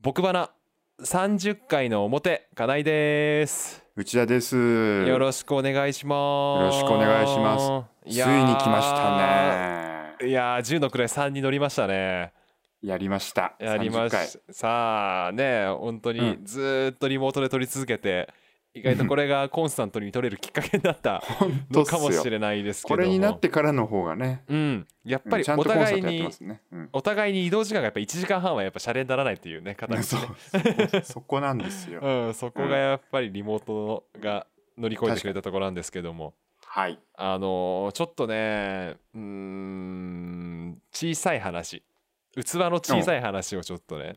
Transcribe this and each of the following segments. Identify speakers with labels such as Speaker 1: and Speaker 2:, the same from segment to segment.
Speaker 1: 僕花30回の表金井です
Speaker 2: 内田です。よ
Speaker 1: よろしくお願いします
Speaker 2: よろしくお願いしますついに来ましたね。
Speaker 1: いやー10のくらい3に乗りましたね
Speaker 2: やりました。
Speaker 1: やりま
Speaker 2: 30回
Speaker 1: しさあね本当に
Speaker 2: う
Speaker 1: ずーっとリモートで撮り続けて、意外とこれがコンスタントに撮れるきっかけになった
Speaker 2: 本当
Speaker 1: の
Speaker 2: っす
Speaker 1: か
Speaker 2: よ
Speaker 1: もしれないですけど
Speaker 2: こ
Speaker 1: も
Speaker 2: れになってからの方がね。
Speaker 1: うんやっ
Speaker 2: や
Speaker 1: ぱりお互いに
Speaker 2: ね。うん
Speaker 1: お互いに移動時間がやっぱ1時間半はやっぱシャレにならないっていうね形
Speaker 2: そう
Speaker 1: ね
Speaker 2: そそこなんですよ。
Speaker 1: うん、そこがやっぱりリモートが乗り越えてくれたところなんですけども
Speaker 2: はい。
Speaker 1: あのーちょっとねうーん小さい話器の小さい話をちょっとね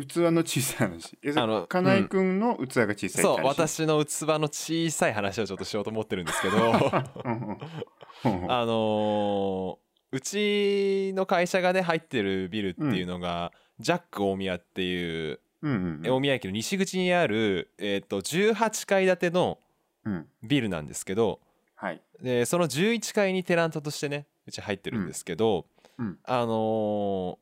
Speaker 2: 器の小さい話。え、そ
Speaker 1: あの
Speaker 2: れ金井くんの器が小さいって話。
Speaker 1: そう。私の器の小さい話をちょっとしようと思ってるんですけど
Speaker 2: うんうんうんうん。
Speaker 1: あのーうちの会社がね入ってるビルっていうのが、ジャック大宮っていう、
Speaker 2: うんうん
Speaker 1: 大宮駅の西口にある、えー、と18階建ての
Speaker 2: うん。うん。
Speaker 1: ビルなんですけど、
Speaker 2: はい。
Speaker 1: でその11階にテナントとしてねうち入ってるんですけど、
Speaker 2: うんうん
Speaker 1: あのー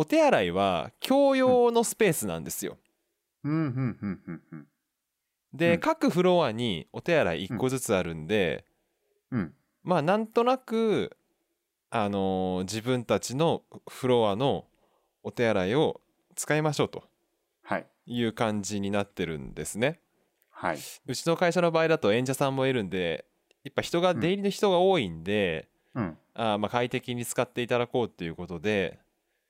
Speaker 1: お手洗いは共用のスペースなんですよ。
Speaker 2: うんうんうんうんうん。
Speaker 1: で、
Speaker 2: うん
Speaker 1: 各フロアにお手洗い1個ずつあるんで、
Speaker 2: うん
Speaker 1: まあなんとなく、あのー自分たちのフロアのお手洗いを使いましょうと
Speaker 2: はい。
Speaker 1: いう感じになってるんですね。
Speaker 2: はい。
Speaker 1: うちの会社の場合だと演者さんもいるんでやっぱ人が出入りの人が多いんで。
Speaker 2: うん。
Speaker 1: あーまあ快適に使っていただこうっていうことで、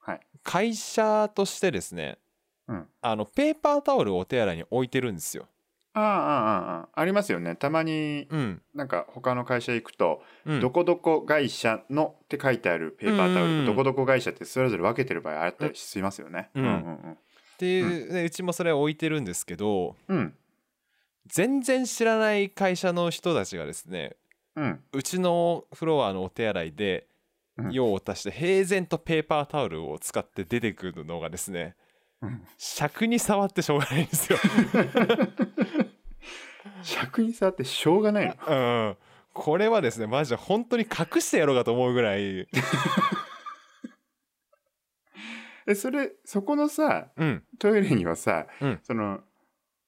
Speaker 2: はい
Speaker 1: 会社としてですね
Speaker 2: うん。
Speaker 1: あのペーパータオルをお手洗いに置いてるんですよ。
Speaker 2: ああ、ああ、ああ。ありますよね。たまに
Speaker 1: うん
Speaker 2: なんか他の会社行くと、
Speaker 1: うん、
Speaker 2: どこどこ会社のって書いてあるペーパータオ
Speaker 1: うんうんう
Speaker 2: ル
Speaker 1: ん
Speaker 2: とどこどこ会社ってそれぞれ分けてる場合あったりしますよね。
Speaker 1: うんっていう、ねうちもそれを置いてるんですけど
Speaker 2: うんうん
Speaker 1: 全然知らない会社の人たちがですね
Speaker 2: うん
Speaker 1: うちのフロアのお手洗いで
Speaker 2: うん
Speaker 1: 用を足して平然とペーパータオルを使って出てくるのがですね
Speaker 2: うん
Speaker 1: 尺に触ってしょうがないんです よ。
Speaker 2: 尺に触ってしょうがないの。
Speaker 1: うん、これはですねマジで本当に隠してやろうかと思うぐらい、
Speaker 2: えそれそこのさ
Speaker 1: うん、
Speaker 2: トイレにはさ、
Speaker 1: うん
Speaker 2: その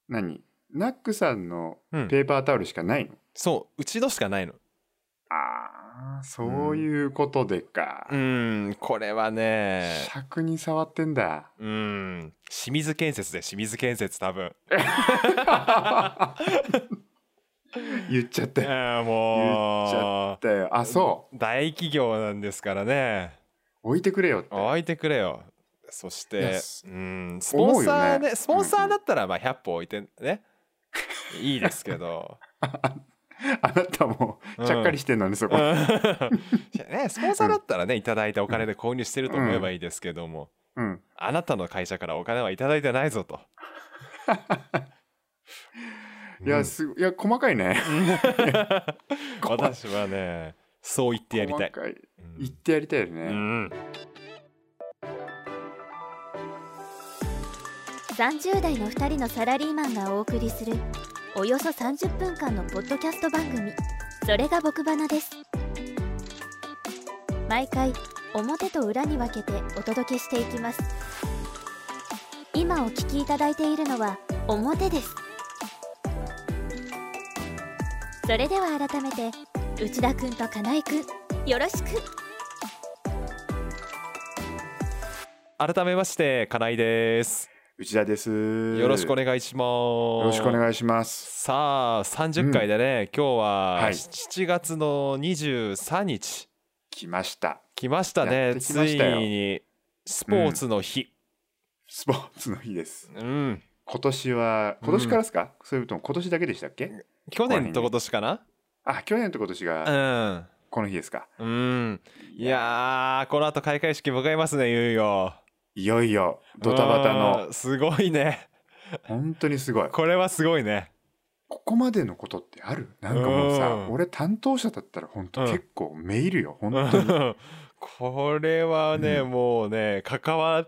Speaker 2: 何ナックさんの
Speaker 1: うん
Speaker 2: ペーパータオルしかないの、
Speaker 1: そううちのしかないの
Speaker 2: ああそういうことでか。
Speaker 1: うんこれはね
Speaker 2: 尺に触って んだ。
Speaker 1: うん清水建設で清水建設多 分
Speaker 2: 言っちゃった
Speaker 1: い
Speaker 2: よ。
Speaker 1: や
Speaker 2: 言っち
Speaker 1: もう
Speaker 2: だよあそう
Speaker 1: 大企業なんですからね
Speaker 2: 置いてくれよって。
Speaker 1: 置いてくれよそし
Speaker 2: い
Speaker 1: て
Speaker 2: やす
Speaker 1: うんスポンサー
Speaker 2: 思うよ
Speaker 1: で
Speaker 2: ね
Speaker 1: スポンサーだったらまあ100歩置いてねいいですけど
Speaker 2: あなたも
Speaker 1: うん
Speaker 2: ちゃっかりしてんのね、そ
Speaker 1: うん
Speaker 2: こ。
Speaker 1: ねスポンサーだったらねいただいたお金で購入してると思えばいいですけども
Speaker 2: うん。
Speaker 1: あなたの会社からお金はいただいてないぞと
Speaker 2: いや、すごいや、細かいね。
Speaker 1: 私はねそう言ってやりたい。
Speaker 2: 細かい。
Speaker 1: うん
Speaker 2: 言ってやりたいよ
Speaker 1: う
Speaker 2: ね。
Speaker 1: ん
Speaker 3: 30代の2人のサラリーマンがお送りするおよそ30分間のポッドキャスト番組「それが僕花」です毎回表と裏に分けてお届けしていきます今お聞きいただいているのは表ですそれでは改めて内田くんと金井くんよろしく
Speaker 1: 改めまして金井です。
Speaker 2: 内田です。
Speaker 1: よ
Speaker 2: よ
Speaker 1: ろしくお
Speaker 2: よ
Speaker 1: 願いします。
Speaker 2: ろしくお願いします。
Speaker 1: さあ30回でね、今日は
Speaker 2: はい
Speaker 1: 7月の23日
Speaker 2: 来ました。
Speaker 1: 来ました
Speaker 2: や
Speaker 1: ね
Speaker 2: ってき
Speaker 1: つ
Speaker 2: ま
Speaker 1: い
Speaker 2: したよ
Speaker 1: にスポーツの日。
Speaker 2: スポーツの日です。
Speaker 1: うん
Speaker 2: 今年は、今年からですか、それとも今年だけでしたっけ
Speaker 1: 去年と今年かな
Speaker 2: あ、去年と今年がこの日ですか。
Speaker 1: うん、うん、い
Speaker 2: い
Speaker 1: やーこの後開会式迎えますねいよいよ。
Speaker 2: いよいよ、ドタバタの、
Speaker 1: うんすごいね
Speaker 2: 本当にすごい。
Speaker 1: これはすごいね
Speaker 2: ここまでのことってあるなんかもう
Speaker 1: う
Speaker 2: さ、
Speaker 1: ん
Speaker 2: 俺担当者だったら本当
Speaker 1: うん
Speaker 2: 結構メールよ、本当に。
Speaker 1: これはね、
Speaker 2: うん
Speaker 1: もうね関わ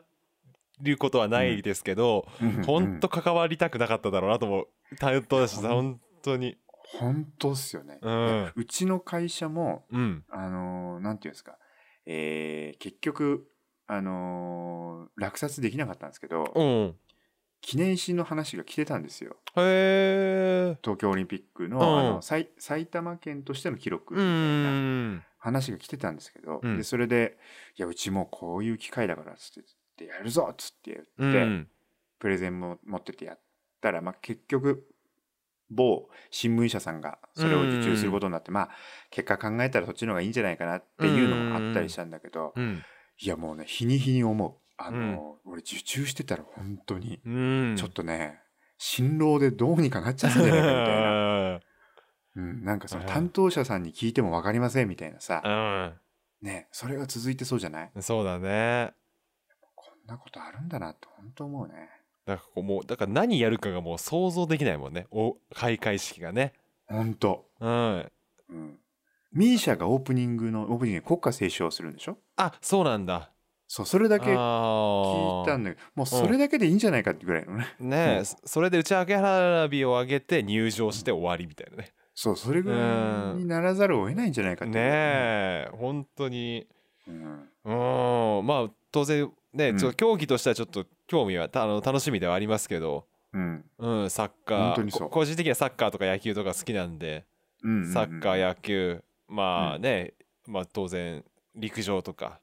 Speaker 1: ることはないですけど、
Speaker 2: うん
Speaker 1: 本当関わりたくなかっただろうなと思う担当だし
Speaker 2: うん
Speaker 1: 本当に
Speaker 2: 本当っすよね、
Speaker 1: うん
Speaker 2: うちの会社も
Speaker 1: うん
Speaker 2: あのーなんていうんですか、えー結局あのー落札できなかったんですけど
Speaker 1: うん
Speaker 2: 記念品の話が来てたんですよ
Speaker 1: へえ
Speaker 2: 東京オリンピックの,、
Speaker 1: うん
Speaker 2: あの埼埼玉県としての記録み
Speaker 1: う
Speaker 2: たいなん話が来てたんですけど、
Speaker 1: うん
Speaker 2: でそれで「いやうちもこういう機会だから」っつって「やるぞ」っつって
Speaker 1: う
Speaker 2: 言って、
Speaker 1: ん
Speaker 2: プレゼンも持ってってやったら、まあ、結局某新聞社さんがそれを受注することになって、まあ結果考えたらそっちの方がいいんじゃないかなっていうのもあったりしたんだけど、
Speaker 1: うん
Speaker 2: いやもうね日に日に思うあの、俺受注してたら本当に
Speaker 1: うん
Speaker 2: ちょっとね、辛労でどうにかなっちゃったんじゃないかみたい な、うん、なんかその担当者さんに聞いても分かりませんみたいなさ、ねそれが続いてそうじゃない
Speaker 1: うんそうだね
Speaker 2: こんなことあるんだなって本当思うね
Speaker 1: だからこうもうだから何やるかがもう想像できないもんねお開会式がね
Speaker 2: 本当
Speaker 1: うん
Speaker 2: うんミーシャがオープニングのオープニングで国歌斉唱するんでしょ
Speaker 1: あそうなんだ
Speaker 2: そうそれだけ聞
Speaker 1: 聞
Speaker 2: いたんだけどもうそれだけでいいんじゃないかってぐらいのね、
Speaker 1: ねえ、
Speaker 2: うん
Speaker 1: そそれで打ち上げ花火を上げて入場して終わりみたいなね。
Speaker 2: そうそれぐらいにならざるを得ないんじゃないかって
Speaker 1: ねえ本当に
Speaker 2: え、うん
Speaker 1: うーんまあ当然ね、ちょ
Speaker 2: うん
Speaker 1: 競技としてはちょっと興味はたあの楽しみではありますけど、
Speaker 2: うん
Speaker 1: うん、サッカー
Speaker 2: 本当にそ
Speaker 1: こ
Speaker 2: う
Speaker 1: 個人的にはサッカーとか野球とか好きなんで、
Speaker 2: うんうんうん
Speaker 1: サッカー野球まあね、まあ当然陸上とか。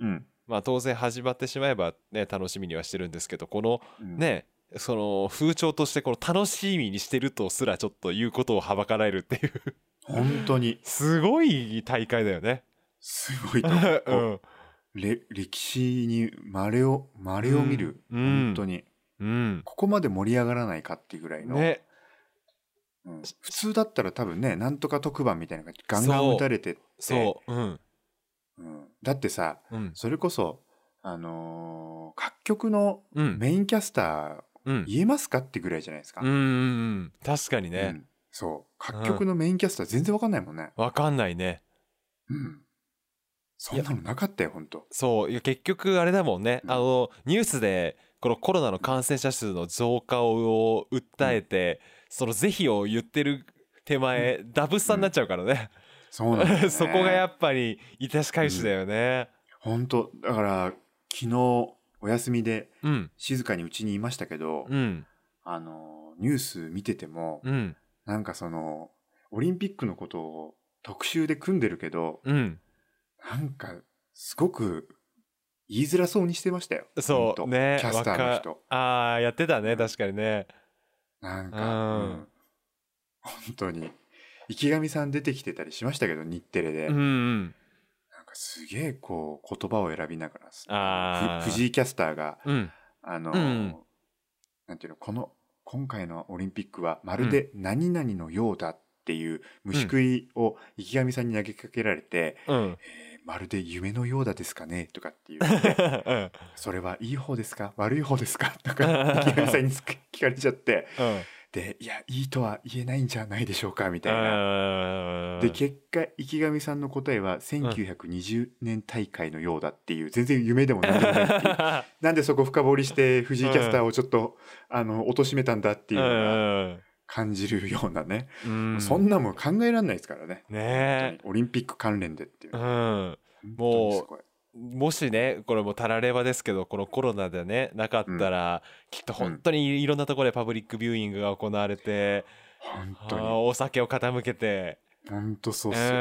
Speaker 2: うん
Speaker 1: まあ当然始まってしまえばね楽しみにはしてるんですけどこの
Speaker 2: うん
Speaker 1: ねその風潮としてこの楽しみにしてるとすらちょっと言うことをはばかられるっていう
Speaker 2: 本当に
Speaker 1: すごい大会だよね。
Speaker 2: すごいと
Speaker 1: う、
Speaker 2: 思う、こうんれ歴史にまれをまれを見る、
Speaker 1: うん
Speaker 2: 本当に
Speaker 1: うん、
Speaker 2: ここまで盛り上がらないかっていうぐらいの、
Speaker 1: ね、
Speaker 2: うん普通だったら多分ねなんとか特番みたいなのがガンガ
Speaker 1: そう
Speaker 2: ン打たれてって
Speaker 1: そう、うん、
Speaker 2: うんだってさ
Speaker 1: うん、
Speaker 2: それこそあのー各局の
Speaker 1: うん、
Speaker 2: メインキャスタ
Speaker 1: うん
Speaker 2: ー、言えますかってぐらいじゃないですか、
Speaker 1: うん、うん、確かに
Speaker 2: う
Speaker 1: ね、
Speaker 2: んそう各局のメインキャスター全然わかんないもんね
Speaker 1: わかんないね。
Speaker 2: うんそんなのなかったよ本当
Speaker 1: そう、いや結局あれだもんね、
Speaker 2: うん
Speaker 1: あのニュースでこのコロナの感染者数の増加を訴えて、その是非を言ってる手前、ダブスタになっちゃうからね。
Speaker 2: そうなんだよ ね
Speaker 1: そこがやっぱりいたし返しだよね。
Speaker 2: 本当だから昨日お休みで
Speaker 1: うん、
Speaker 2: 静かにうちにいましたけど、
Speaker 1: うん、
Speaker 2: あのニュース見てても、
Speaker 1: うん、
Speaker 2: なんかそのオリンピックのことを特集で組んでるけど
Speaker 1: うん、
Speaker 2: なんかすごく言いづらそうにしてましたよ
Speaker 1: そ
Speaker 2: ほ
Speaker 1: うん
Speaker 2: と
Speaker 1: ね、
Speaker 2: キャスターの
Speaker 1: わ
Speaker 2: 人
Speaker 1: かああ、やってたね、確かにね。
Speaker 2: なんか、
Speaker 1: うん
Speaker 2: うん本当に池上さん出てきてたりしましたけど日テレで、
Speaker 1: うん、うん、
Speaker 2: なんかすげえこう言葉を選びながら
Speaker 1: あー
Speaker 2: ふ藤井キャスターが
Speaker 1: うん。
Speaker 2: あの、
Speaker 1: うん
Speaker 2: なんていうのこの今回のオリンピックはまるで何々のようだっていう虫食いを池上さんに投げかけられて、
Speaker 1: うん。
Speaker 2: えーまるで夢のようだですかねとか って言って
Speaker 1: うん。
Speaker 2: それはいい方ですか悪い方ですかとか池上さんにつく聞かれちゃってでいやいいとは言えないんじゃないでしょうかみたいな。
Speaker 1: うん。
Speaker 2: で結果池上さんの答えは1920年大会のようだっていう全然夢でも何でもないっていう なんでそこ深掘りして藤井キャスターをちょっと、あの貶めたんだっていうのが感じるようなね、
Speaker 1: うん。
Speaker 2: そんなもん考えられないですからね
Speaker 1: ねえ
Speaker 2: 本当にオリンピック関連でっていう、
Speaker 1: う
Speaker 2: 本
Speaker 1: ん。
Speaker 2: 当にすごい
Speaker 1: もしね、これもたらればですけど、このコロナでね、なかったら、きっと本当にいろんなところでパブリックビューイングが行われて、
Speaker 2: 本
Speaker 1: あ
Speaker 2: 当に
Speaker 1: ーお酒を傾けて、
Speaker 2: 本当そううっすよ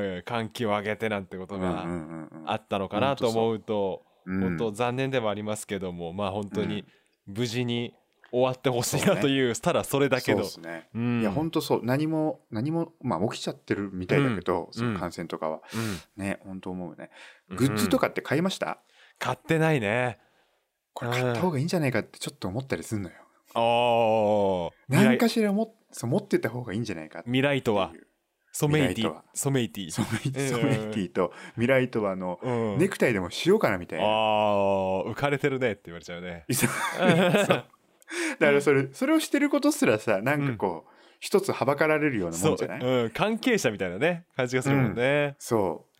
Speaker 2: ね
Speaker 1: ん歓喜を上げてなんてこと
Speaker 2: うんう
Speaker 1: が
Speaker 2: んうんうん
Speaker 1: あったのかなと思うと、
Speaker 2: うん
Speaker 1: 本当残念でもありますけども、まあ本当に無事に終わってほしいなという、ただそれだけど
Speaker 2: そう。ですね
Speaker 1: うん
Speaker 2: いや本当そう何も何もまあ起きちゃってるみたいだけど、
Speaker 1: ん
Speaker 2: その感染とかは、
Speaker 1: うん
Speaker 2: ね本当思うよね
Speaker 1: うん
Speaker 2: グッズとかって買いました、
Speaker 1: 買ってないね
Speaker 2: これ買った方がいいんじゃないかってちょっと思ったりするのよ
Speaker 1: おー未
Speaker 2: 何
Speaker 1: 来
Speaker 2: かしらもそう持ってた方がいいんじゃないかっていう
Speaker 1: 未来とはソメイテ
Speaker 2: 未来
Speaker 1: ィ
Speaker 2: とは
Speaker 1: ソメイティ
Speaker 2: ソメイテ
Speaker 1: うん
Speaker 2: ィソメイティとミライトはあの、
Speaker 1: うん
Speaker 2: ネクタイでもしようかなみたい
Speaker 1: あ
Speaker 2: な。
Speaker 1: ー浮かれてるねって言われちゃうね
Speaker 2: そう だからそれそれをしてることすらさなんかこう、一つはばかられるようなも
Speaker 1: そ
Speaker 2: ん
Speaker 1: う、
Speaker 2: じゃないそう,、
Speaker 1: うん、関係者みたいなね感じがするもんね、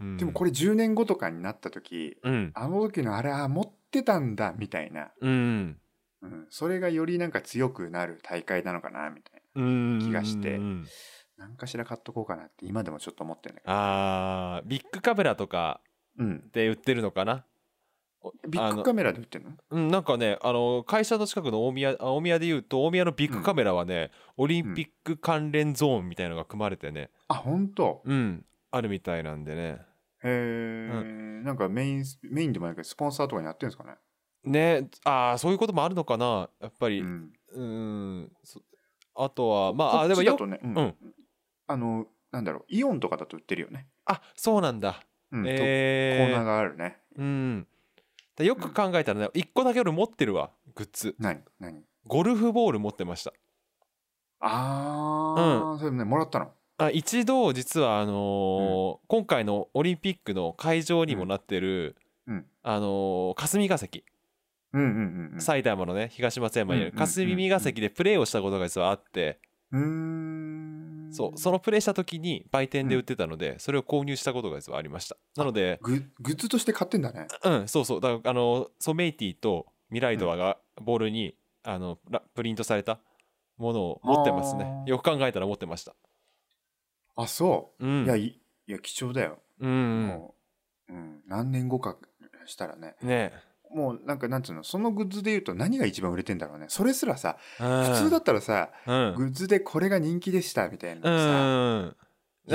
Speaker 1: うん
Speaker 2: でもこれ10年後とかになった時
Speaker 1: うん
Speaker 2: あの時のあれは持ってたんだみたいな、
Speaker 1: うん
Speaker 2: うん、それがよりなんか強くなる大会なのかなみたい
Speaker 1: うん
Speaker 2: 気がして
Speaker 1: うん
Speaker 2: な何かしら買っとこうかなって今でもちょっと思ってんだけど
Speaker 1: あービッグカメラとか
Speaker 2: うん
Speaker 1: で売ってるのかな
Speaker 2: ビッグカメラで売ってるの
Speaker 1: うん、なんかねあの会社の近くの大宮あ大宮でいうと大宮のビッグカメラはね、オリンピック関連ゾーンみたいのが組まれてね、
Speaker 2: あ本当
Speaker 1: うんあるみたいなんでね
Speaker 2: へえ、なんかメインメインでもないけどスポンサーとかにやってるんですかね、
Speaker 1: ねあーそういうこともあるのかなやっぱり
Speaker 2: う
Speaker 1: うん
Speaker 2: ん、
Speaker 1: んそあとはまああ
Speaker 2: こ
Speaker 1: ー
Speaker 2: っ
Speaker 1: でも
Speaker 2: ちだ
Speaker 1: よ
Speaker 2: とね、う
Speaker 1: うん
Speaker 2: あのなんだろうイオンとかだと売ってるよね、
Speaker 1: あそうなんだ、
Speaker 2: うんとコー
Speaker 1: え
Speaker 2: ナー
Speaker 1: ー、
Speaker 2: があるね
Speaker 1: うんでよく考えたらね一個だけ俺持ってるわグッズ
Speaker 2: 何何
Speaker 1: ゴルフボール持ってました
Speaker 2: ああ、それもねもらったの
Speaker 1: あ一度実はあのー今回のオリンピックの会場にもなってる、
Speaker 2: うん
Speaker 1: あのー霞が関、
Speaker 2: うんうんうんうん
Speaker 1: 埼玉のね東松山にあ
Speaker 2: うん
Speaker 1: る
Speaker 2: うんうんうん
Speaker 1: 霞が関でプレーをしたことが実はあって、
Speaker 2: うーん
Speaker 1: そうそのプレーした時に売店で売ってたので、それを購入したことが実はありましたなので
Speaker 2: ググッズとして買ってんだね
Speaker 1: うんそうそうだからあのーソメイティとミライドアがボールに、あのラプリントされたものを持ってますね
Speaker 2: あー
Speaker 1: よく考えたら持ってました
Speaker 2: あそうう、
Speaker 1: ん
Speaker 2: いやいいや貴重だよ、
Speaker 1: うんうん
Speaker 2: もう、うん、何年後かしたらね
Speaker 1: ね
Speaker 2: もうなんかなんつうのそのグッズでいうと何が一番売れてんだろうねそれすらさ
Speaker 1: 普
Speaker 2: 普通だったらさ、
Speaker 1: うん
Speaker 2: グッズでこれが人気でしたみたいな
Speaker 1: う
Speaker 2: のさ、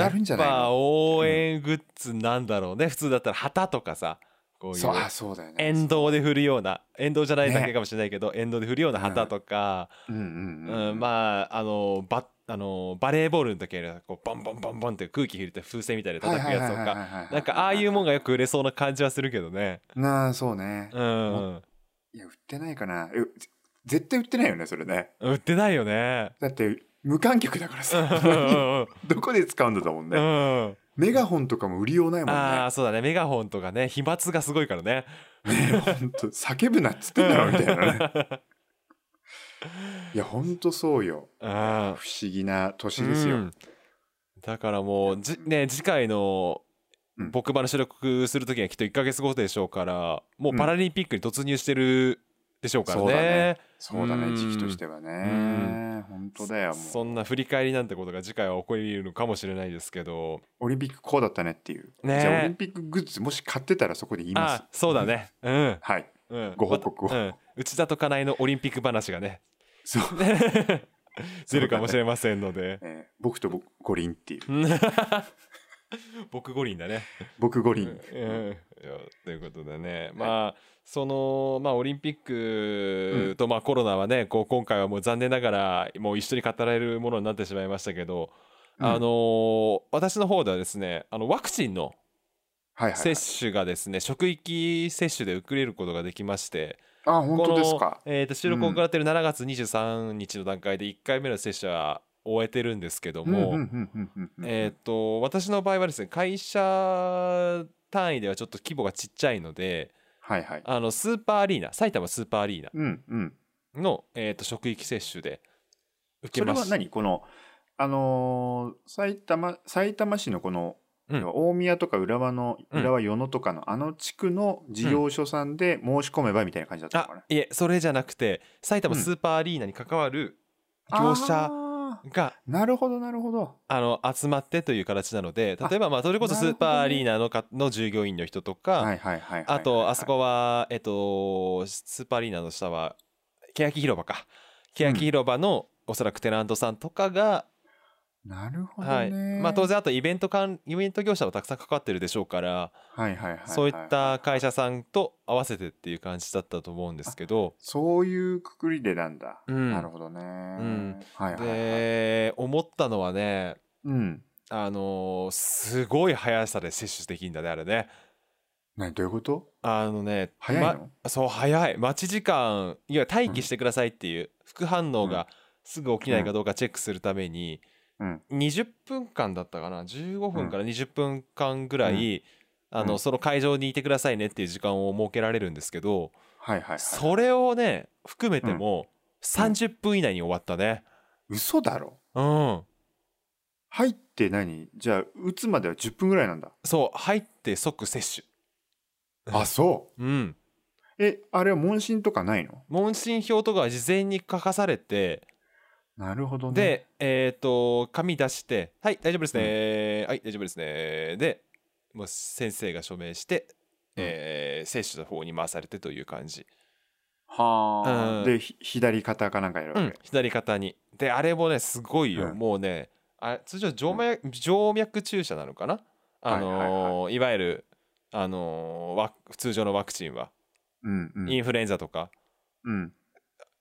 Speaker 1: ん。
Speaker 2: やるんじゃないの
Speaker 1: やっぱ応援グッズなんだろうね、普通だったら旗とかさこういう
Speaker 2: そうあそうだよね
Speaker 1: 沿道で振るような沿道じゃないだけ
Speaker 2: ね
Speaker 1: かもしれないけど、沿道で振るような旗とか、
Speaker 2: うん
Speaker 1: う
Speaker 2: うんうん
Speaker 1: ん、まああのバあのバレーボールの時にこうボンボンボンボンって空気入れて風船みたいで叩くやつとか
Speaker 2: か
Speaker 1: なんかああいうもんがよく売れそうな感じはするけどね
Speaker 2: なあそうね、
Speaker 1: うん
Speaker 2: いや売ってないかなえぜ絶対売ってないよねそれね
Speaker 1: 売ってないよね
Speaker 2: だって無観客だから
Speaker 1: う
Speaker 2: さ
Speaker 1: ん
Speaker 2: どこで使うんだだもん
Speaker 1: う
Speaker 2: ね、
Speaker 1: んうん
Speaker 2: メガホンとかも売りようないもん
Speaker 1: ああ
Speaker 2: ね
Speaker 1: そうだねメガホンとかね飛沫がすごいからね
Speaker 2: 本当叫ぶなっつってんだろみたいな ねいやほんとそうよ
Speaker 1: うん
Speaker 2: 不思議な年ですよ、
Speaker 1: うんだからもうじ、ね、次回の
Speaker 2: うん
Speaker 1: 僕場の収録する時にはきっと1ヶ月後でしょうからもうパラリンピックに突入してるでしょうから
Speaker 2: そうだ
Speaker 1: ね
Speaker 2: ね,、そうだ
Speaker 1: う
Speaker 2: ね
Speaker 1: ん
Speaker 2: 時期としては
Speaker 1: ん
Speaker 2: ね本当だよも
Speaker 1: そんな振り返りなんてことが次回は起こり得るのかもしれないですけど
Speaker 2: うオリンピックこうだったねっていう、
Speaker 1: ねえ
Speaker 2: じゃあオリンピックグッズもし買ってたらそこで言います
Speaker 1: あそうだねうん、
Speaker 2: はい
Speaker 1: うん、
Speaker 2: ご報告を
Speaker 1: またうん、内田と金井のオリンピック話がね
Speaker 2: そう、
Speaker 1: 出るかもしれませんので、
Speaker 2: えー僕と僕五輪っていう
Speaker 1: うん僕五輪だね
Speaker 2: 僕五
Speaker 1: う
Speaker 2: 輪、
Speaker 1: んうんいやということでね、まあその、まあ、オリンピックと、まあ、コロナはねこう今回はもう残念ながらもう一緒に語られるものになってしまいましたけど、
Speaker 2: うん
Speaker 1: あのー私の方ではですねあのワクチンの
Speaker 2: はいはい、はい、
Speaker 1: 接種がですね、職域接種で受けれることができまして
Speaker 2: あ本当です
Speaker 1: こ
Speaker 2: か
Speaker 1: の、えー、と収録を行っている7月23日の段階で1回目の接種は終えてるんですけども。
Speaker 2: うんうんうんうんうんうん
Speaker 1: えーっと私の場合はですね会社単位ではちょっと規模がちっちゃいので
Speaker 2: はいはい
Speaker 1: あのスーパーアリーナ埼玉スーパーアリーナ
Speaker 2: うんうん
Speaker 1: の、えーっと職域接種で受
Speaker 2: そ
Speaker 1: け
Speaker 2: れ
Speaker 1: ま
Speaker 2: は
Speaker 1: した
Speaker 2: 何このあのー埼玉埼玉市のこ
Speaker 1: う
Speaker 2: の、
Speaker 1: ん
Speaker 2: 大宮とか浦和の
Speaker 1: うん
Speaker 2: 浦和与野とかのあの地区の事業所さんで申し込めばみたいな感じだったのか
Speaker 1: あ
Speaker 2: な、
Speaker 1: いえそれじゃなくて埼玉スーパーアリーナに関わる業者
Speaker 2: あ
Speaker 1: が、
Speaker 2: ーなるほどなるほど
Speaker 1: あの集まってという形なので例えばまあそれこそ
Speaker 2: な
Speaker 1: ス
Speaker 2: るほど
Speaker 1: ー
Speaker 2: ね
Speaker 1: パーアリーナのかの従業員の人とか、
Speaker 2: はいはいはいはいはい
Speaker 1: あとあそこはえっとスーパーアリーナの下は欅広場か欅広場のおそらくテナントさんとかが
Speaker 2: なるほどね、
Speaker 1: はいまあ、当然あとイベント関イベント業者もたくさん関わってるでしょうから、
Speaker 2: はいはいはいはい
Speaker 1: そういった会社さんと合わせてっていう感じだったと思うんですけど、
Speaker 2: そういうくくりでなんだ、
Speaker 1: うん
Speaker 2: なるほどね、
Speaker 1: ん
Speaker 2: はいはいはい
Speaker 1: で思ったのはね
Speaker 2: うん
Speaker 1: あのーすごい速さで接種できるんだねあれね。
Speaker 2: 何どういうこと
Speaker 1: あのね
Speaker 2: 早いの、
Speaker 1: まそう早い待ち時間いや待機してくださいっていう、副反応がすぐ起きないかどうかチェックするために、
Speaker 2: うん
Speaker 1: 20分間だったかな15分から20分間ぐらい、あの
Speaker 2: うん
Speaker 1: その会場にいてくださいねっていう時間を設けられるんですけど、
Speaker 2: はいはいはい
Speaker 1: それをね含めても30分以内に終わったね。
Speaker 2: 嘘だろ
Speaker 1: うん、
Speaker 2: 入って何じゃあ打つまでは10分ぐらいなんだ
Speaker 1: そう入って即接
Speaker 2: あそ
Speaker 1: 種。うん
Speaker 2: うえあれは問診とかないの
Speaker 1: 問診票とかは事前に書かされて
Speaker 2: なるほどね
Speaker 1: で、えっ、と、紙出して、はい、大丈夫ですね。はい、大丈夫ですね。で、もう先生が署名して、えー、選手の方に回されてという感じ、
Speaker 4: はあ、
Speaker 1: うん
Speaker 2: でひ左肩かなんかやるわ
Speaker 1: うん、
Speaker 2: け、
Speaker 1: 左肩にであれもねすごいよ、
Speaker 2: うん
Speaker 1: もうねあれ通常静脈,、静脈注射なのかなあのー
Speaker 2: はい
Speaker 1: い
Speaker 2: は
Speaker 1: わゆる、あのーワク通常のワクチンは、
Speaker 2: うんうん
Speaker 1: インフルエンザとか
Speaker 2: うん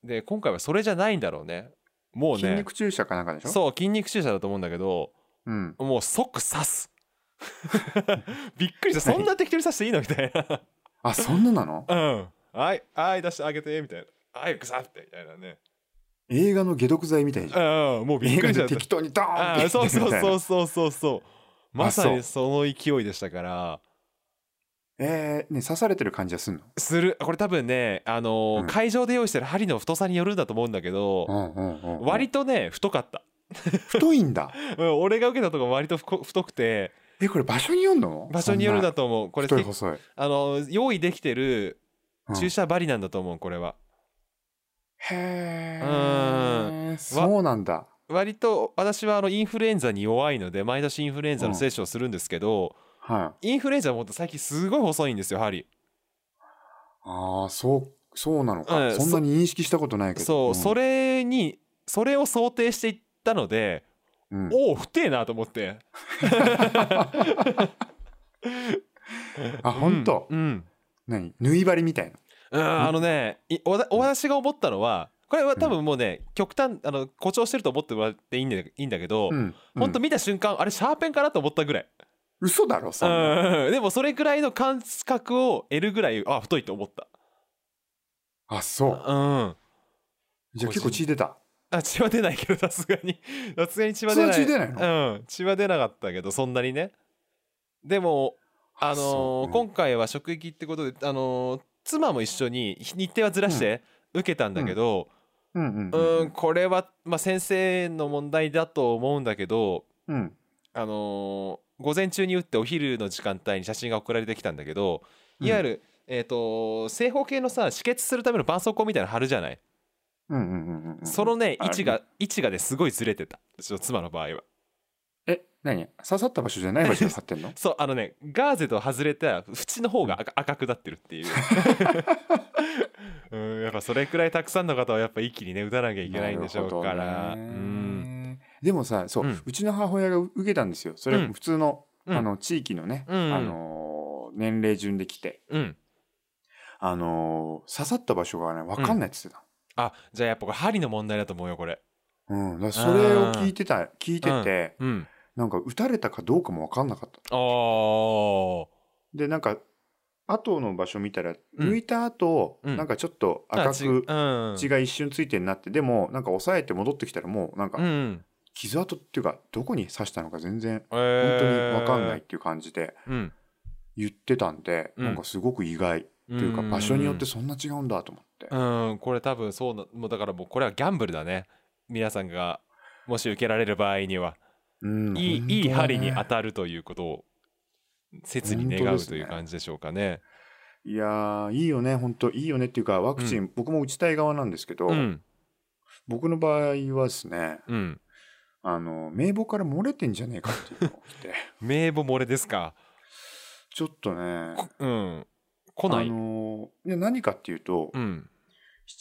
Speaker 1: で今回はそれじゃないんだろうねもう
Speaker 2: 筋
Speaker 1: ね
Speaker 2: 肉注射かなんかでしょ
Speaker 1: そう筋肉注射だと思うんだけど
Speaker 2: う、ん、
Speaker 1: もう即刺 すびっくりしたそんな適当に刺していいのみたいな
Speaker 2: あそんななの
Speaker 1: うんはいはい出してあげてみたいなはいくさってみたいなね
Speaker 2: 映画の解毒剤みたいじゃん
Speaker 1: うんもうびっ
Speaker 2: 映
Speaker 1: く
Speaker 2: 画
Speaker 1: りしちゃ
Speaker 2: で
Speaker 1: った
Speaker 2: 適当にドーンっ
Speaker 1: あ
Speaker 2: て
Speaker 1: ーそうそう
Speaker 2: みたい
Speaker 1: そ
Speaker 2: な
Speaker 1: うそうそうそう まさにその勢いでしたから
Speaker 2: えー、ね刺されてる感じはすんの
Speaker 1: するこれ多分ね、あのー
Speaker 2: うん
Speaker 1: 会場で用意してる針の太さによるんだと思うんだけ
Speaker 2: う
Speaker 1: ど、
Speaker 2: んうんうんうん
Speaker 1: 割とね太かった、
Speaker 2: 太いんだ
Speaker 1: うん、俺が受けたとこ割とふこ太くて
Speaker 2: えこれ場所によるの
Speaker 1: 場所によるんだ
Speaker 2: と
Speaker 1: と思うこれ
Speaker 2: 太い細い
Speaker 1: あのー用意できてる
Speaker 2: うん
Speaker 1: 注射針なんだと思うこれは
Speaker 2: へえそうなんだ
Speaker 1: 割と私はあのインフルエンザに弱いので毎年インフルエンザの接種をするんですけど、
Speaker 2: はい
Speaker 1: インフルエンザもっと最近すごい細いんですよ針
Speaker 2: ああそうそうなのか、
Speaker 1: うん
Speaker 2: そんなに認識したことないけど
Speaker 1: そう、
Speaker 2: ん
Speaker 1: それにそれを想定していったので
Speaker 2: うん
Speaker 1: おお不定なと思って
Speaker 2: あ本当、
Speaker 1: うん、うん
Speaker 2: 何縫い針みたいな
Speaker 1: うんあのねいおだお私が思ったのはこれは多分もうね、極端あの誇張してると思ってもらっていいんだいいんだけど、
Speaker 2: うん
Speaker 1: ほんと
Speaker 2: うん
Speaker 1: 見た瞬間あれシャーペンかなと思ったぐらい、
Speaker 2: 嘘だろそんな
Speaker 1: うんでもそれぐらいの感覚を得るぐらいあ太いと思った
Speaker 2: あそう
Speaker 1: うん
Speaker 2: じゃあ結構血出た
Speaker 1: あ血は出ないけどさすが にさすがに血は出ない
Speaker 2: そんな血出ない
Speaker 1: うん血は出なかったけどそんなにねでもあ
Speaker 2: そう
Speaker 1: のー
Speaker 2: うん
Speaker 1: 今回は職域ってことであのー妻も一緒に日日程はずらして受けたんだけど
Speaker 2: うんうん
Speaker 1: うんんこれは、まあ、先生の問題だと思うんだけど
Speaker 2: うん
Speaker 1: あのー午前中に打ってお昼の時間帯に写真が送られてきたんだけど
Speaker 2: うん
Speaker 1: いわゆる、えっ、と正方形のさ止血するための絆創膏みたいなの貼るじゃない
Speaker 2: うんうんうんうんうん
Speaker 1: そのね
Speaker 2: あ
Speaker 1: 位置が位置がですごいずれてたうちの妻の場合は
Speaker 2: え何刺さった場所じゃない場所に貼ってんの
Speaker 1: そうあのねガーゼと外れた縁の方が赤赤くなってるっていう うんやっぱそれくらいたくさんの方はやっぱ一気にね打たなきゃいけないんでしょうか
Speaker 2: な
Speaker 1: ら、
Speaker 2: る
Speaker 1: う
Speaker 2: ほどね
Speaker 1: ん
Speaker 2: でもさそう、
Speaker 1: う
Speaker 2: うんちの母親が受けたんですよそれ
Speaker 1: うん
Speaker 2: 普通の,、
Speaker 1: うん
Speaker 2: あの地域のね、
Speaker 1: うんうん
Speaker 2: あのー年齢順で来て
Speaker 1: うん
Speaker 2: あのー刺さった場所がね分かんないっつってた、
Speaker 1: あじゃあやっぱこれ針の問題だと思うよこれ
Speaker 2: うんだからそれを聞いてた聞いてて、
Speaker 1: うん
Speaker 2: なんか打たれたかどうかも分かんなかった
Speaker 1: あー
Speaker 2: でなんか後の場所見たら
Speaker 1: ん
Speaker 2: 抜いた後、
Speaker 1: うん
Speaker 2: なんかちょっと
Speaker 1: あ
Speaker 2: 赤
Speaker 1: ち
Speaker 2: く
Speaker 1: うん
Speaker 2: 血が一瞬ついてんなってでもなんか抑えて戻ってきたらもうなん
Speaker 1: う
Speaker 2: か
Speaker 1: ん
Speaker 2: 傷跡っていうかどこに刺したのか全然
Speaker 1: 本当
Speaker 2: 本当に分かんないっ、ていう感じで
Speaker 1: うん、
Speaker 2: 言ってたんで、
Speaker 1: うん
Speaker 2: なんかすごく意外
Speaker 1: と
Speaker 2: というか場所によってそんな違うんだと思って、
Speaker 1: うんこれ多分そうなもうだからもうこれはギャンブルだね皆さんがもし受けられる場合には
Speaker 2: うん
Speaker 1: いい,、
Speaker 2: 本当
Speaker 1: いい針に当
Speaker 2: ね
Speaker 1: たるということを切に願うという感じでしょうかね。
Speaker 2: いやーいいよね本当いいよねっていうかワクチン、僕も打ちたい側なんですけど、
Speaker 1: うん
Speaker 2: 僕の場合はですね
Speaker 1: うん
Speaker 2: あの名簿から漏れてんじゃねえかっていうのが起きて
Speaker 1: 名簿漏れですか。
Speaker 2: ちょっとね
Speaker 1: こうん来な
Speaker 2: あ
Speaker 1: い。
Speaker 2: のーいや何かっていうと、
Speaker 1: うん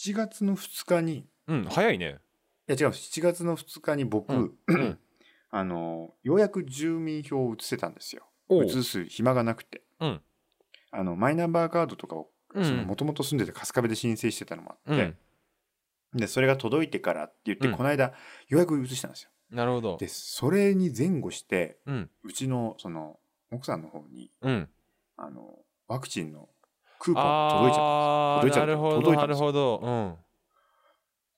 Speaker 2: 7月の2日にい
Speaker 1: うん早いね。
Speaker 2: や違う7月の2日に僕、
Speaker 1: うんう ん
Speaker 2: あのーようやく住民票を移せたんですよ
Speaker 1: おう
Speaker 2: 移す暇がなくて、
Speaker 1: うん
Speaker 2: あのマイナンバーカードとかを
Speaker 1: うん
Speaker 2: もともと住んでて春日部で申請してたのもあ
Speaker 1: う
Speaker 2: って、
Speaker 1: ん
Speaker 2: でそれが届いてからって言って、
Speaker 1: うん
Speaker 2: この間ようやく移したんですよ
Speaker 1: なるほど
Speaker 2: で。それに前後して
Speaker 1: うん
Speaker 2: うちのその奥さんの方に
Speaker 1: うん。
Speaker 2: あのワクチンのクーポン届いちゃったん
Speaker 1: ああな
Speaker 2: で届いちゃった
Speaker 1: るほど
Speaker 2: 届い
Speaker 1: な
Speaker 2: たんで
Speaker 1: る
Speaker 2: す
Speaker 1: ほど。うん。
Speaker 2: す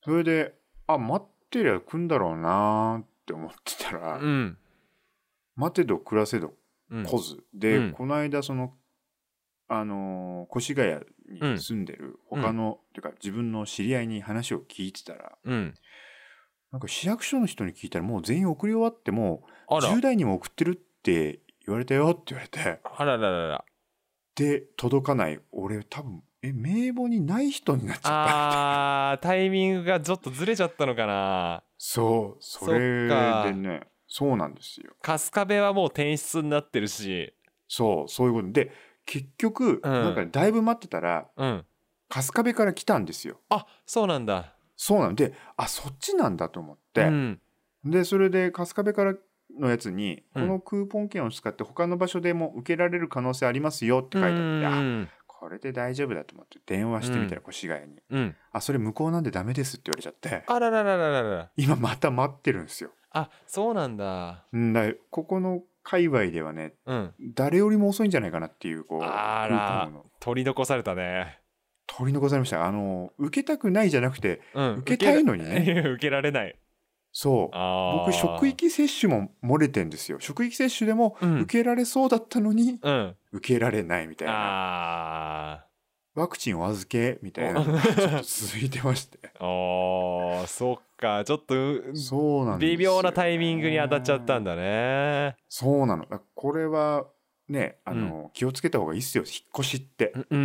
Speaker 2: それであ待ってりゃ来んだろうなーって思ってたら、
Speaker 1: うん
Speaker 2: 待てど暮らせど
Speaker 1: うん
Speaker 2: 来ず、で、
Speaker 1: うん
Speaker 2: この間そのあのー越谷に住んでる他の、てか自分の知り合いに話を聞いてたら
Speaker 1: うん。
Speaker 2: なんか市役所の人に聞いたらもう全員送り終わってもう
Speaker 1: あら
Speaker 2: 10代にも送ってるって言われたよって言われて
Speaker 1: あらららら。
Speaker 2: で届かない俺多分え名簿にない人になっちゃった
Speaker 1: あータイミングがちょっとずれちゃったのかな。
Speaker 2: そ
Speaker 1: っ
Speaker 2: う
Speaker 1: か
Speaker 2: それでねそうなんですよ
Speaker 1: 春日部はもう転出になってるし。
Speaker 2: そうそういうことで結局、なんかねだいぶ待ってたら
Speaker 1: うん。
Speaker 2: 春日部から来たんですよ。
Speaker 1: あ、そうなんだ。
Speaker 2: そうなんであそっちなんだと思って、
Speaker 1: うん。
Speaker 2: でそれで春日部からのやつに、
Speaker 1: うん
Speaker 2: このクーポン券を使って他の場所でも受けられる可能性ありますよって書いてあって、
Speaker 1: う
Speaker 2: あ
Speaker 1: ん
Speaker 2: これで大丈夫だと思って電話してみたら越谷に、
Speaker 1: うん。
Speaker 2: あそれ無効なんでダメですって言われちゃって
Speaker 1: あらららららら。
Speaker 2: 今また待ってるんですよ。
Speaker 1: あ、そうなんだ。
Speaker 2: うんだからここの界隈ではね
Speaker 1: うん。
Speaker 2: 誰よりも遅いんじゃないかなっていうこう
Speaker 1: あ
Speaker 2: クー
Speaker 1: ら
Speaker 2: ポンの、
Speaker 1: 取り残されたね。
Speaker 2: 取り残されましたあの受けたくないじゃなくて
Speaker 1: うん。
Speaker 2: 受けたいのにね
Speaker 1: 受けら受けられ ない。
Speaker 2: そう
Speaker 1: あ
Speaker 2: 僕職域接種も漏れてんですよ職域接種でも
Speaker 1: 受
Speaker 2: 受けられそうだったのに
Speaker 1: うん。うん。
Speaker 2: 受けられないみたいな
Speaker 1: あ
Speaker 2: ワクチンお預けみ たいな
Speaker 1: お
Speaker 2: のがちょっと続いてまして
Speaker 1: あ。おー、そっか。ちょっとう、
Speaker 2: そうなんですよ
Speaker 1: 微妙なタイミングに当たっちゃったんだね。
Speaker 2: そうなのだからこれはねあの、気をつけた方がいいっすよ引っ越しって
Speaker 1: うん、うんう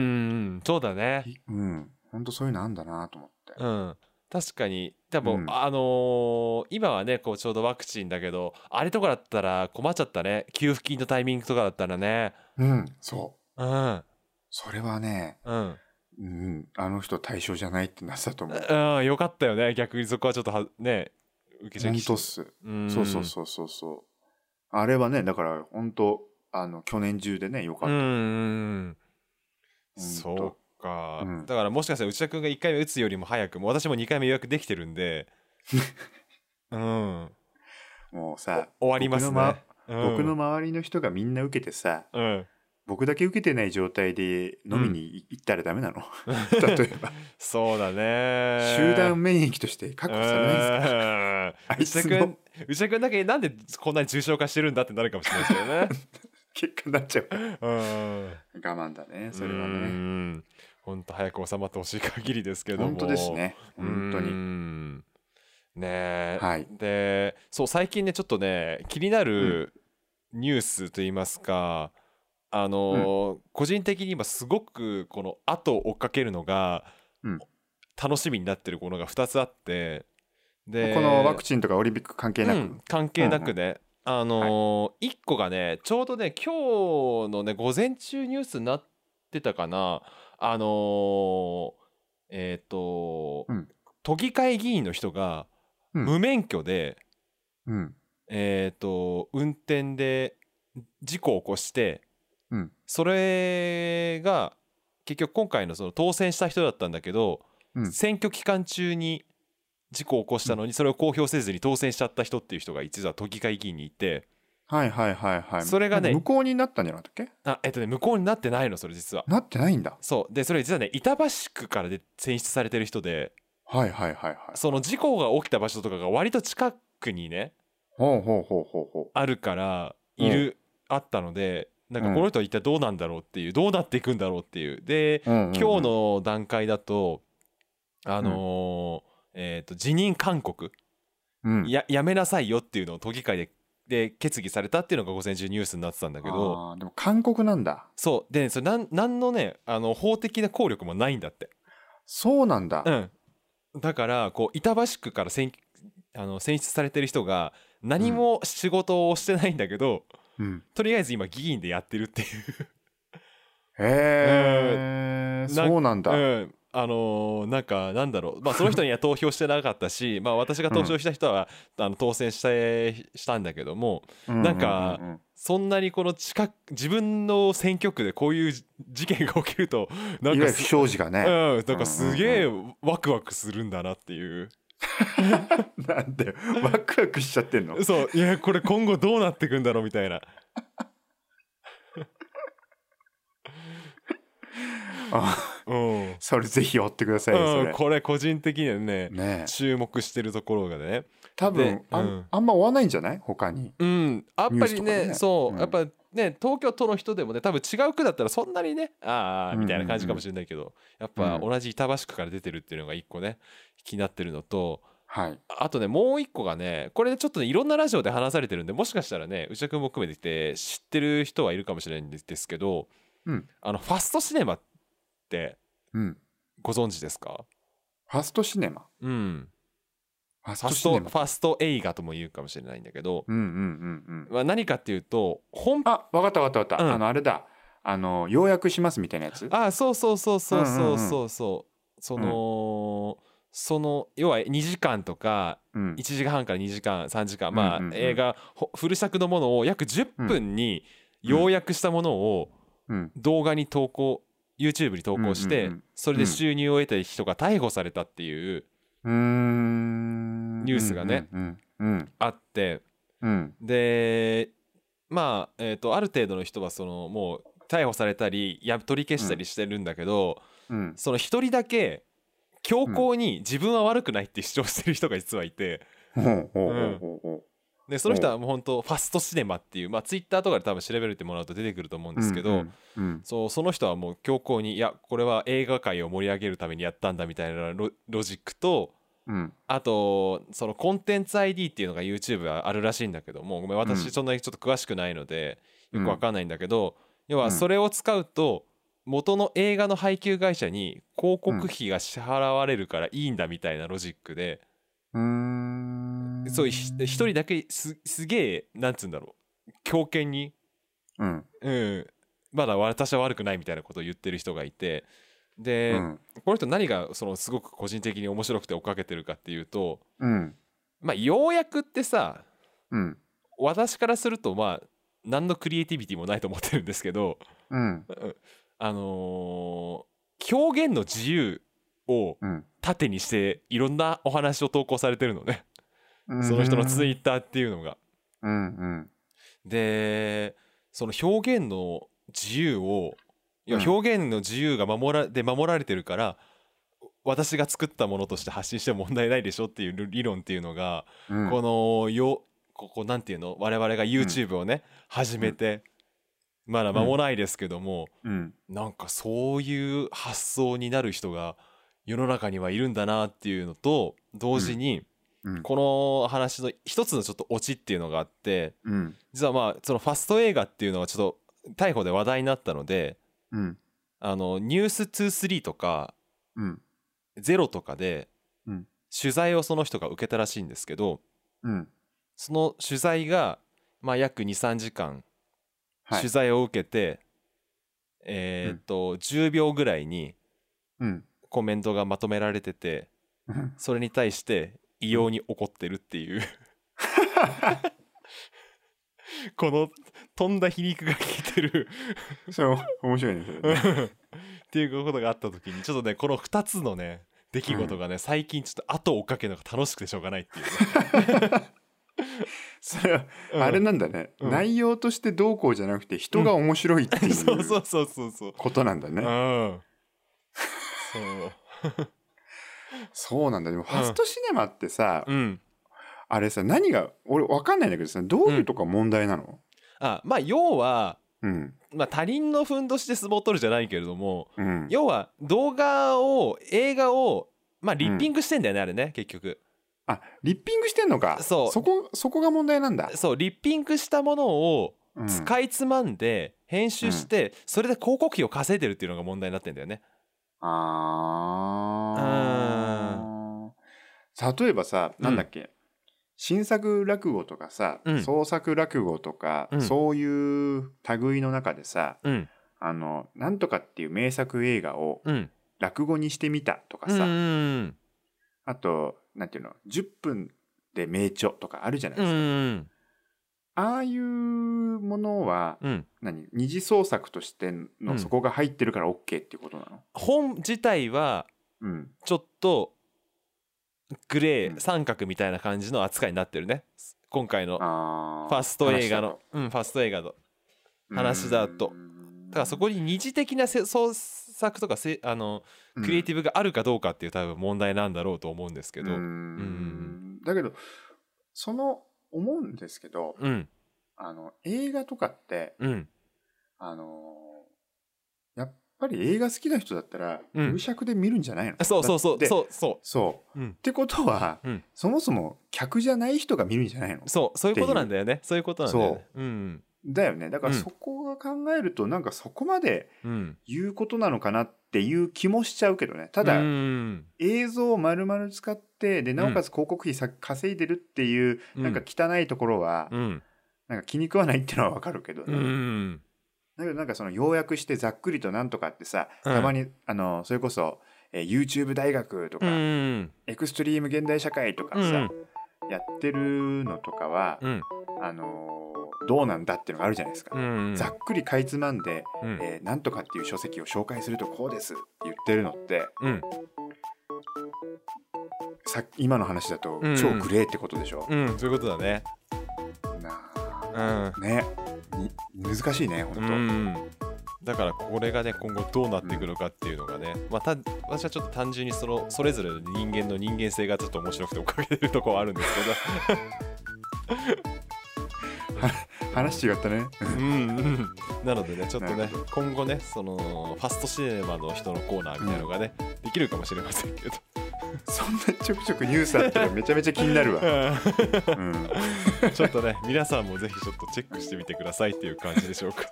Speaker 1: ん、そうだね。
Speaker 2: うんほんとそういうのあんだなと思って
Speaker 1: うん。確かに、多分、
Speaker 2: うん
Speaker 1: あのー今はね、こう、ちょうどワクチンだけど、あれとかだったら困っちゃったね。給付金のタイミングとかだったらね。
Speaker 2: うんそう
Speaker 1: うん、
Speaker 2: それはね
Speaker 1: うん。
Speaker 2: うんあの人対象じゃないってなってたと思う
Speaker 1: うん、よかったよね。逆にそこはちょっとは、ね、受けちゃ
Speaker 2: 本
Speaker 1: い
Speaker 2: 当っす
Speaker 1: うん
Speaker 2: そうそうそうそうそうあれはねだから本当あの去年中でねよか
Speaker 1: う
Speaker 2: っ
Speaker 1: ん
Speaker 2: た、
Speaker 1: うんうん。
Speaker 2: ほんと
Speaker 1: そうか、
Speaker 2: うん
Speaker 1: だからもしかしたら内田君が1回目打つよりも早くもう私も2回目予約できてるん でうん
Speaker 2: もうさ
Speaker 1: 終わります
Speaker 2: 僕の,、
Speaker 1: ねうん
Speaker 2: 僕の周りの人がみんな受けてさ
Speaker 1: うん
Speaker 2: 僕だけ受けてない状態で飲みに行ったらダメ なの、例えば
Speaker 1: そうだね
Speaker 2: 集団免疫として確保されないんで
Speaker 1: う
Speaker 2: すか
Speaker 1: ん
Speaker 2: あいつ
Speaker 1: 内
Speaker 2: の
Speaker 1: 田君内田君だけなんでこんなに重症化してるんだってなるかもしれないですよ ね
Speaker 2: 結果になっちゃうから
Speaker 1: うん
Speaker 2: 我慢だねそれは
Speaker 1: う
Speaker 2: ね
Speaker 1: んほんと早く収まってほしい限りですけども
Speaker 2: 本当ですね本当に
Speaker 1: に。ねえ、
Speaker 2: はい
Speaker 1: でそう最近ねちょっとね気になるニュースといいますか、あのー個人的に今すごくこの後を追っかけるのが、
Speaker 2: うん
Speaker 1: 楽しみになってるものが2つあってで
Speaker 2: このワクチンとかオリンピック関係なく、
Speaker 1: うん関係なくね、あのー1個がねちょうどね今日のね午前中ニュースになってたかなあのーえっ、と、
Speaker 2: うん
Speaker 1: 都議会議員の人が
Speaker 2: うん
Speaker 1: 無免許で、
Speaker 2: うん
Speaker 1: えっ、と運転で事故を起こして、
Speaker 2: うん
Speaker 1: それが結局今回のその当選した人だったんだけど、
Speaker 2: うん
Speaker 1: 選挙期間中に事故を起こしたのにそれを公表せずに当選しちゃった人っていう人が実は都議会議員にいて
Speaker 2: はいはいはいはい
Speaker 1: それがね
Speaker 2: 無効になったんじゃなかったっけ
Speaker 1: あえっとね無効になってないのそれ実は
Speaker 2: なってないんだ
Speaker 1: そうでそれ実はね板橋区からで選出されてる人で
Speaker 2: はいはいはいはい
Speaker 1: その事故が起きた場所とかが割と近くにね
Speaker 2: ほうほうほうほうほ
Speaker 1: あるからいる、あったのでなんか
Speaker 2: うん
Speaker 1: この人は一体どうなんだろうっていうどうなっていくんだろうっていうで
Speaker 2: う、うんうんうん
Speaker 1: 今日の段階だとあのーえっと辞任勧告
Speaker 2: うん
Speaker 1: ややめなさいよっていうのを都議会でで決議されたっていうのが午前中ニュースになってたんだけど
Speaker 2: あーでも韓国なんだ
Speaker 1: そうでそれなんなんのねあの法的な効力もないんだって、
Speaker 2: そうなんだ、
Speaker 1: うん、だからこう板橋区から選あの選出されてる人が何も仕事をしてないんだけど、
Speaker 2: うん
Speaker 1: とりあえず今議員でやってるっていう、
Speaker 2: へえ、
Speaker 1: な
Speaker 2: そうなんだ、
Speaker 1: うんあのーなんかなんだろう、まあ、その人には投票してなかったし まあ私が投票した人は、あの当選してしたんだけども、
Speaker 2: ううう
Speaker 1: なんかそんなにこの近く自分の選挙区でこういうじ事件が起きる と
Speaker 2: い
Speaker 1: な
Speaker 2: わ
Speaker 1: ん
Speaker 2: ゆ
Speaker 1: か
Speaker 2: る不祥事がね、
Speaker 1: うん、なんかすげえワクワクするんだなっていう
Speaker 2: なんでワクワクしちゃってんの
Speaker 1: そういやこれ今後どうなってくんだろうみたいな
Speaker 2: あ
Speaker 1: うん、うん、
Speaker 2: それぜひ追ってくださいよそれ、
Speaker 1: これ個人的にはね
Speaker 2: ねえ
Speaker 1: 注目してるところがね
Speaker 2: 多分
Speaker 1: で
Speaker 2: あ,、
Speaker 1: うん
Speaker 2: ん、あんま追わないんじゃない他に
Speaker 1: うんやっぱ
Speaker 2: ニュース
Speaker 1: り
Speaker 2: とかで
Speaker 1: ね
Speaker 2: ね
Speaker 1: そう、
Speaker 2: うん
Speaker 1: やっぱね東京都の人でもね多分違う区だったらそんなにねああみたいな感じかもしれないけど、やっぱ同じ板橋区から出てるっていうのが一個ね気になってるのと、
Speaker 2: はい
Speaker 1: あとねもう一個がねこれねちょっとねいろんなラジオで話されてるんでもしかしたらね内田君も含めてて知ってる人はいるかもしれないんですけど、
Speaker 2: うん
Speaker 1: あのファストシネマって
Speaker 2: うん
Speaker 1: ご存知ですか
Speaker 2: ファストシネマ
Speaker 1: うん
Speaker 2: ファス
Speaker 1: ファ
Speaker 2: ト
Speaker 1: ス
Speaker 2: シ
Speaker 1: ト
Speaker 2: ネ
Speaker 1: フ
Speaker 2: マ
Speaker 1: ァスト映画とも言うかもしれないんだけど、
Speaker 2: うんうんうんうん
Speaker 1: まあ、何かっていうと本
Speaker 2: あわかったわかったわかった、
Speaker 1: うん
Speaker 2: あのあれだあの要約しますみたいなやつ
Speaker 1: あそうそうそうそう
Speaker 2: うんうん
Speaker 1: そううんそうそうその、その要は2時間とか
Speaker 2: うん
Speaker 1: 1時間半から2時間3時間まあ、
Speaker 2: うんうんうん
Speaker 1: 映画ほフル作のものを約10分に
Speaker 2: うん
Speaker 1: 要約したものを
Speaker 2: うん
Speaker 1: 動画に投稿 YouTube に投稿して、
Speaker 2: うんうんうん
Speaker 1: それで収入を得た人が逮捕されたっていう
Speaker 2: うーん
Speaker 1: ニュースがね
Speaker 2: うんうん
Speaker 1: あって
Speaker 2: うん
Speaker 1: でまあ、えー、とある程度の人はそのもう逮捕されたりや取り消したりしてるんだけど、
Speaker 2: うん
Speaker 1: その一人だけ強硬に自分は悪くないって主張してる人が実はいて、
Speaker 2: ほうほうほうほ
Speaker 1: でその人はもう本当ファストシネマっていうまあツイッターとかで多分調べるってもらうと出てくると思うん
Speaker 2: う
Speaker 1: ですけど、
Speaker 2: うんうん
Speaker 1: そうその人はもう強硬にいやこれは映画界を盛り上げるためにやったんだみたいなロロジックと
Speaker 2: うん
Speaker 1: あとそのコンテンツ ID っていうのが YouTube はあるらしいんだけどもうごめん
Speaker 2: う
Speaker 1: 私
Speaker 2: ん
Speaker 1: そんなにちょっと詳しくないので
Speaker 2: うん
Speaker 1: よくわかんないんだけど、要
Speaker 2: う
Speaker 1: は
Speaker 2: ん
Speaker 1: それを使うと元の映画の配給会社に広告費が支払われるからいいんだみたいなロジックで、
Speaker 2: うーん
Speaker 1: そうひ一人だけすすげえなんつうんだろう強権に、
Speaker 2: うん
Speaker 1: うん、まだ私は悪くないみたいなことを言ってる人がいてで、
Speaker 2: うん
Speaker 1: この人何がそのすごく個人的に面白くて追っかけてるかっていうと
Speaker 2: うん
Speaker 1: まあようやくってさ
Speaker 2: うん
Speaker 1: 私からするとまあ何のクリエイティビティもないと思ってるんですけど、
Speaker 2: うん
Speaker 1: あのー表現の自由を
Speaker 2: うん
Speaker 1: 盾にしていろんなお話を投稿されてるのね、その人のツイッターっていうのが。
Speaker 2: うんうん
Speaker 1: でその表現の自由をいや
Speaker 2: うん
Speaker 1: 表現の自由が守らで守られてるから私が作ったものとして発信しても問題ないでしょっていう理論っていうのが、
Speaker 2: うん
Speaker 1: このよここなんていうの我々が YouTube をね、始めてまだ間もないですけども、
Speaker 2: うん
Speaker 1: なんかそういう発想になる人が世の中にはいるんだなっていうのと同時に、
Speaker 2: うん
Speaker 1: この話の一つのちょっとオチっていうのがあって
Speaker 2: うん
Speaker 1: 実はまあそのファスト映画っていうのはちょっと逮捕で話題になったので
Speaker 2: うん
Speaker 1: あのニュース23とか
Speaker 2: うん
Speaker 1: ゼロとかで
Speaker 2: うん
Speaker 1: 取材をその人が受けたらしいんですけど、
Speaker 2: うん
Speaker 1: その取材が、まあ、約23時間
Speaker 2: はい
Speaker 1: 取材を受けて、えーっと、10秒ぐらいに
Speaker 2: うん
Speaker 1: コメントがまとめられててそれに対して異様に怒ってるっていうこの飛んだ皮肉が効いてる
Speaker 2: そう面白いねそれね
Speaker 1: っていうことがあった時にちょっとねこの2つのね出来事がね、最近ちょっと後を追っかけるのが楽しくてしょうがないっていうね、
Speaker 2: それは
Speaker 1: うん
Speaker 2: あれなんだね
Speaker 1: うん
Speaker 2: 内容としてどうこうじゃなくて人が面白いってい
Speaker 1: そうそううそうそうそう
Speaker 2: ことなんだ
Speaker 1: う
Speaker 2: ね
Speaker 1: んそう
Speaker 2: そうなんだでもファストシネマってさ
Speaker 1: うん
Speaker 2: あれさ何が俺わかんないんだけどさどういうとこが問題なの
Speaker 1: あまあ要は、
Speaker 2: うん
Speaker 1: まあ、他人のふんどしで相撲を取るじゃないけれども
Speaker 2: うん
Speaker 1: 要は動画を映画をまあリッピングしてんだよね、あれね結局
Speaker 2: あリッピングしてんのか
Speaker 1: そう
Speaker 2: そこそこが問題なんだ
Speaker 1: そうリッピングしたものを
Speaker 2: うん
Speaker 1: 使いつまんで編集して、それで広告費を稼いでるっていうのが問題になってんだよね
Speaker 2: あー例えばさなんだっけ、新作落語とかさ、
Speaker 1: うん
Speaker 2: 創作落語とか、
Speaker 1: うん
Speaker 2: そういう類の中でさ
Speaker 1: うん
Speaker 2: あのなんとかっていう名作映画を
Speaker 1: うん
Speaker 2: 落語にしてみたとか
Speaker 1: うん
Speaker 2: さ、
Speaker 1: うん
Speaker 2: あとなんていうの10分で名著とかあるじゃない
Speaker 1: うんう
Speaker 2: ですか、
Speaker 1: ん
Speaker 2: ああいうものは
Speaker 1: うん
Speaker 2: 何二次創作として
Speaker 1: うん
Speaker 2: のそこが入ってるから OK っていうことなの、
Speaker 1: 本自体は
Speaker 2: うん、
Speaker 1: ちょっとグレ
Speaker 2: う
Speaker 1: ー
Speaker 2: ん
Speaker 1: 三角みたいな感じの扱いになってるね今回のフ
Speaker 2: あ
Speaker 1: ァスト映画のうんファスト映画の話だとだからそこに二次的なせ創作とかせあのクリエイティブがあるかどうかっていう多分問題なんだろうと思うんですけ
Speaker 2: ブ
Speaker 1: どうん
Speaker 2: んだけどその思うんですけど
Speaker 1: うん
Speaker 2: あの映画とかって
Speaker 1: うん
Speaker 2: あのーやっぱり映画好きな人だったら
Speaker 1: うん
Speaker 2: 無尺で見るんじゃないの、
Speaker 1: そうそうそう
Speaker 2: だって
Speaker 1: そうそ
Speaker 2: そう
Speaker 1: ううん
Speaker 2: ってことは、
Speaker 1: うん
Speaker 2: そもそも客じゃない人が見るんじゃないの
Speaker 1: そうそういうことなんだよねそういうことなんだよねうん
Speaker 2: だよねだから
Speaker 1: うん
Speaker 2: そこが考えるとなんかそこまで
Speaker 1: うん
Speaker 2: 言うことなのかなっていう気もしちゃうけどねただ、
Speaker 1: うん
Speaker 2: 映像を丸々使ってでなおかつ広告費さ稼いでるっていう、
Speaker 1: うん
Speaker 2: なんか汚いところは、
Speaker 1: うん
Speaker 2: なんか気に食わないっていうのはわかるけど
Speaker 1: う
Speaker 2: ね、
Speaker 1: ん
Speaker 2: だけどなんかその要約してざっくりとなんとかってさ、
Speaker 1: うん
Speaker 2: たまにあのそれこそ、えー YouTube 大学とか、
Speaker 1: うん
Speaker 2: エクストリーム現代社会とか
Speaker 1: うんう
Speaker 2: さ
Speaker 1: ん、
Speaker 2: やってるのとかは、
Speaker 1: うん
Speaker 2: あのーどうなんだっていうのがあるじゃないですか。
Speaker 1: うん
Speaker 2: ざっくりかいつまんで、
Speaker 1: うん
Speaker 2: えーなんとかっていう書籍を紹介するとこうですって言ってるのって
Speaker 1: うん
Speaker 2: さ今の話だと
Speaker 1: うん
Speaker 2: 超グレーってことでしょ、
Speaker 1: うんそういうことだね
Speaker 2: な
Speaker 1: う
Speaker 2: あ
Speaker 1: ん
Speaker 2: ねに難しいね本当、
Speaker 1: うんだからこれがね今後どうなっていくのかっていうのがね、まあ、た私はちょっと単純にそのそれぞれの人間の人間性がちょっと面白くて追っかけてるとこはあるんです
Speaker 2: 話違ったね
Speaker 1: けどうん、うん、なのでねちょっと
Speaker 2: な
Speaker 1: ね
Speaker 2: るほ
Speaker 1: 今後ねそのファストシネマの人のコーナーみたいなのがね、できるかもしれませんけど
Speaker 2: そんなちょくちょくニュースあったらめちゃめちゃ気になる わ、うん
Speaker 1: ちょっとね皆さんもぜひちょっとチェックしてみてくださいっていう感じでしょう か。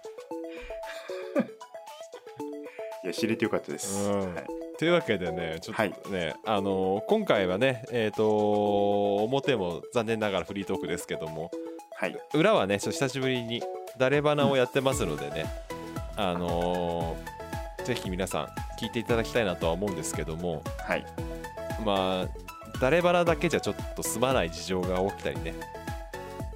Speaker 2: いや知れてよかったです、
Speaker 1: うん
Speaker 2: はい
Speaker 1: というわけでね、ちょ
Speaker 2: はい
Speaker 1: っとね、あのー今回はね、えっ、と表も残念ながらフリートークですけども、
Speaker 2: はい
Speaker 1: 裏はね、ちょっと久しぶりに誰花をやってますのでね、あのーぜひ皆さん聞いていただきたいなとは思うんですけども、
Speaker 2: はい
Speaker 1: まあ誰花だけじゃちょっと済まない事情が起きたりね、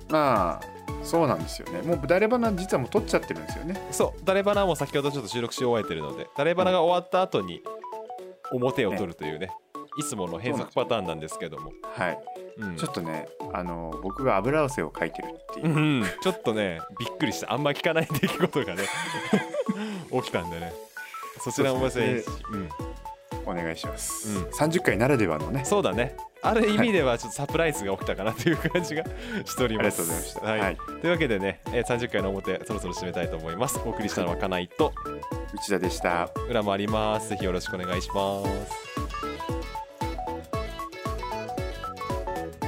Speaker 2: まあそうなんですよねもう誰花実はもう取っちゃってるんですよね
Speaker 1: そう誰花も先ほどちょっと収録し終えてるので、誰花が終わった後に表を取るというね、いつもの変則パターンなんですけども、
Speaker 2: はい
Speaker 1: うん
Speaker 2: ちょっとねあの僕が油汗をかいてるっていう、
Speaker 1: うん、 ちょっとねびっくりしたあんま聞かない出来事がね 起きたんでねそちらもまさに
Speaker 2: そうです
Speaker 1: うん、
Speaker 2: お願いします、
Speaker 1: うん
Speaker 2: 30回ならではのね
Speaker 1: そうだねある意味ではちょっとサプライズが起きたかなという感じが しており
Speaker 2: あ
Speaker 1: ま
Speaker 2: りがとうございまし
Speaker 1: す
Speaker 2: た
Speaker 1: はい
Speaker 2: はい
Speaker 1: というわけでね、えー30回の表そろそろ締めたいと思いますお送りしたのはかないと
Speaker 2: 内田でした
Speaker 1: 裏もありますぜひよろしくお願いします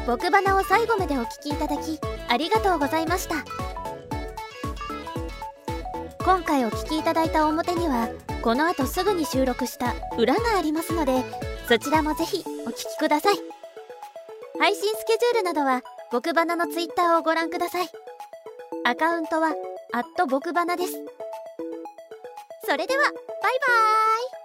Speaker 3: 僕花を最後までお聞きいただきありがとうございました今回お聞きいただいた表にはこの後すぐに収録した裏がありますのでそちらもぜひお聞きください配信スケジュールなどは僕花のツイッターをご覧くださいアカウントは僕花ですそれではバイバーイ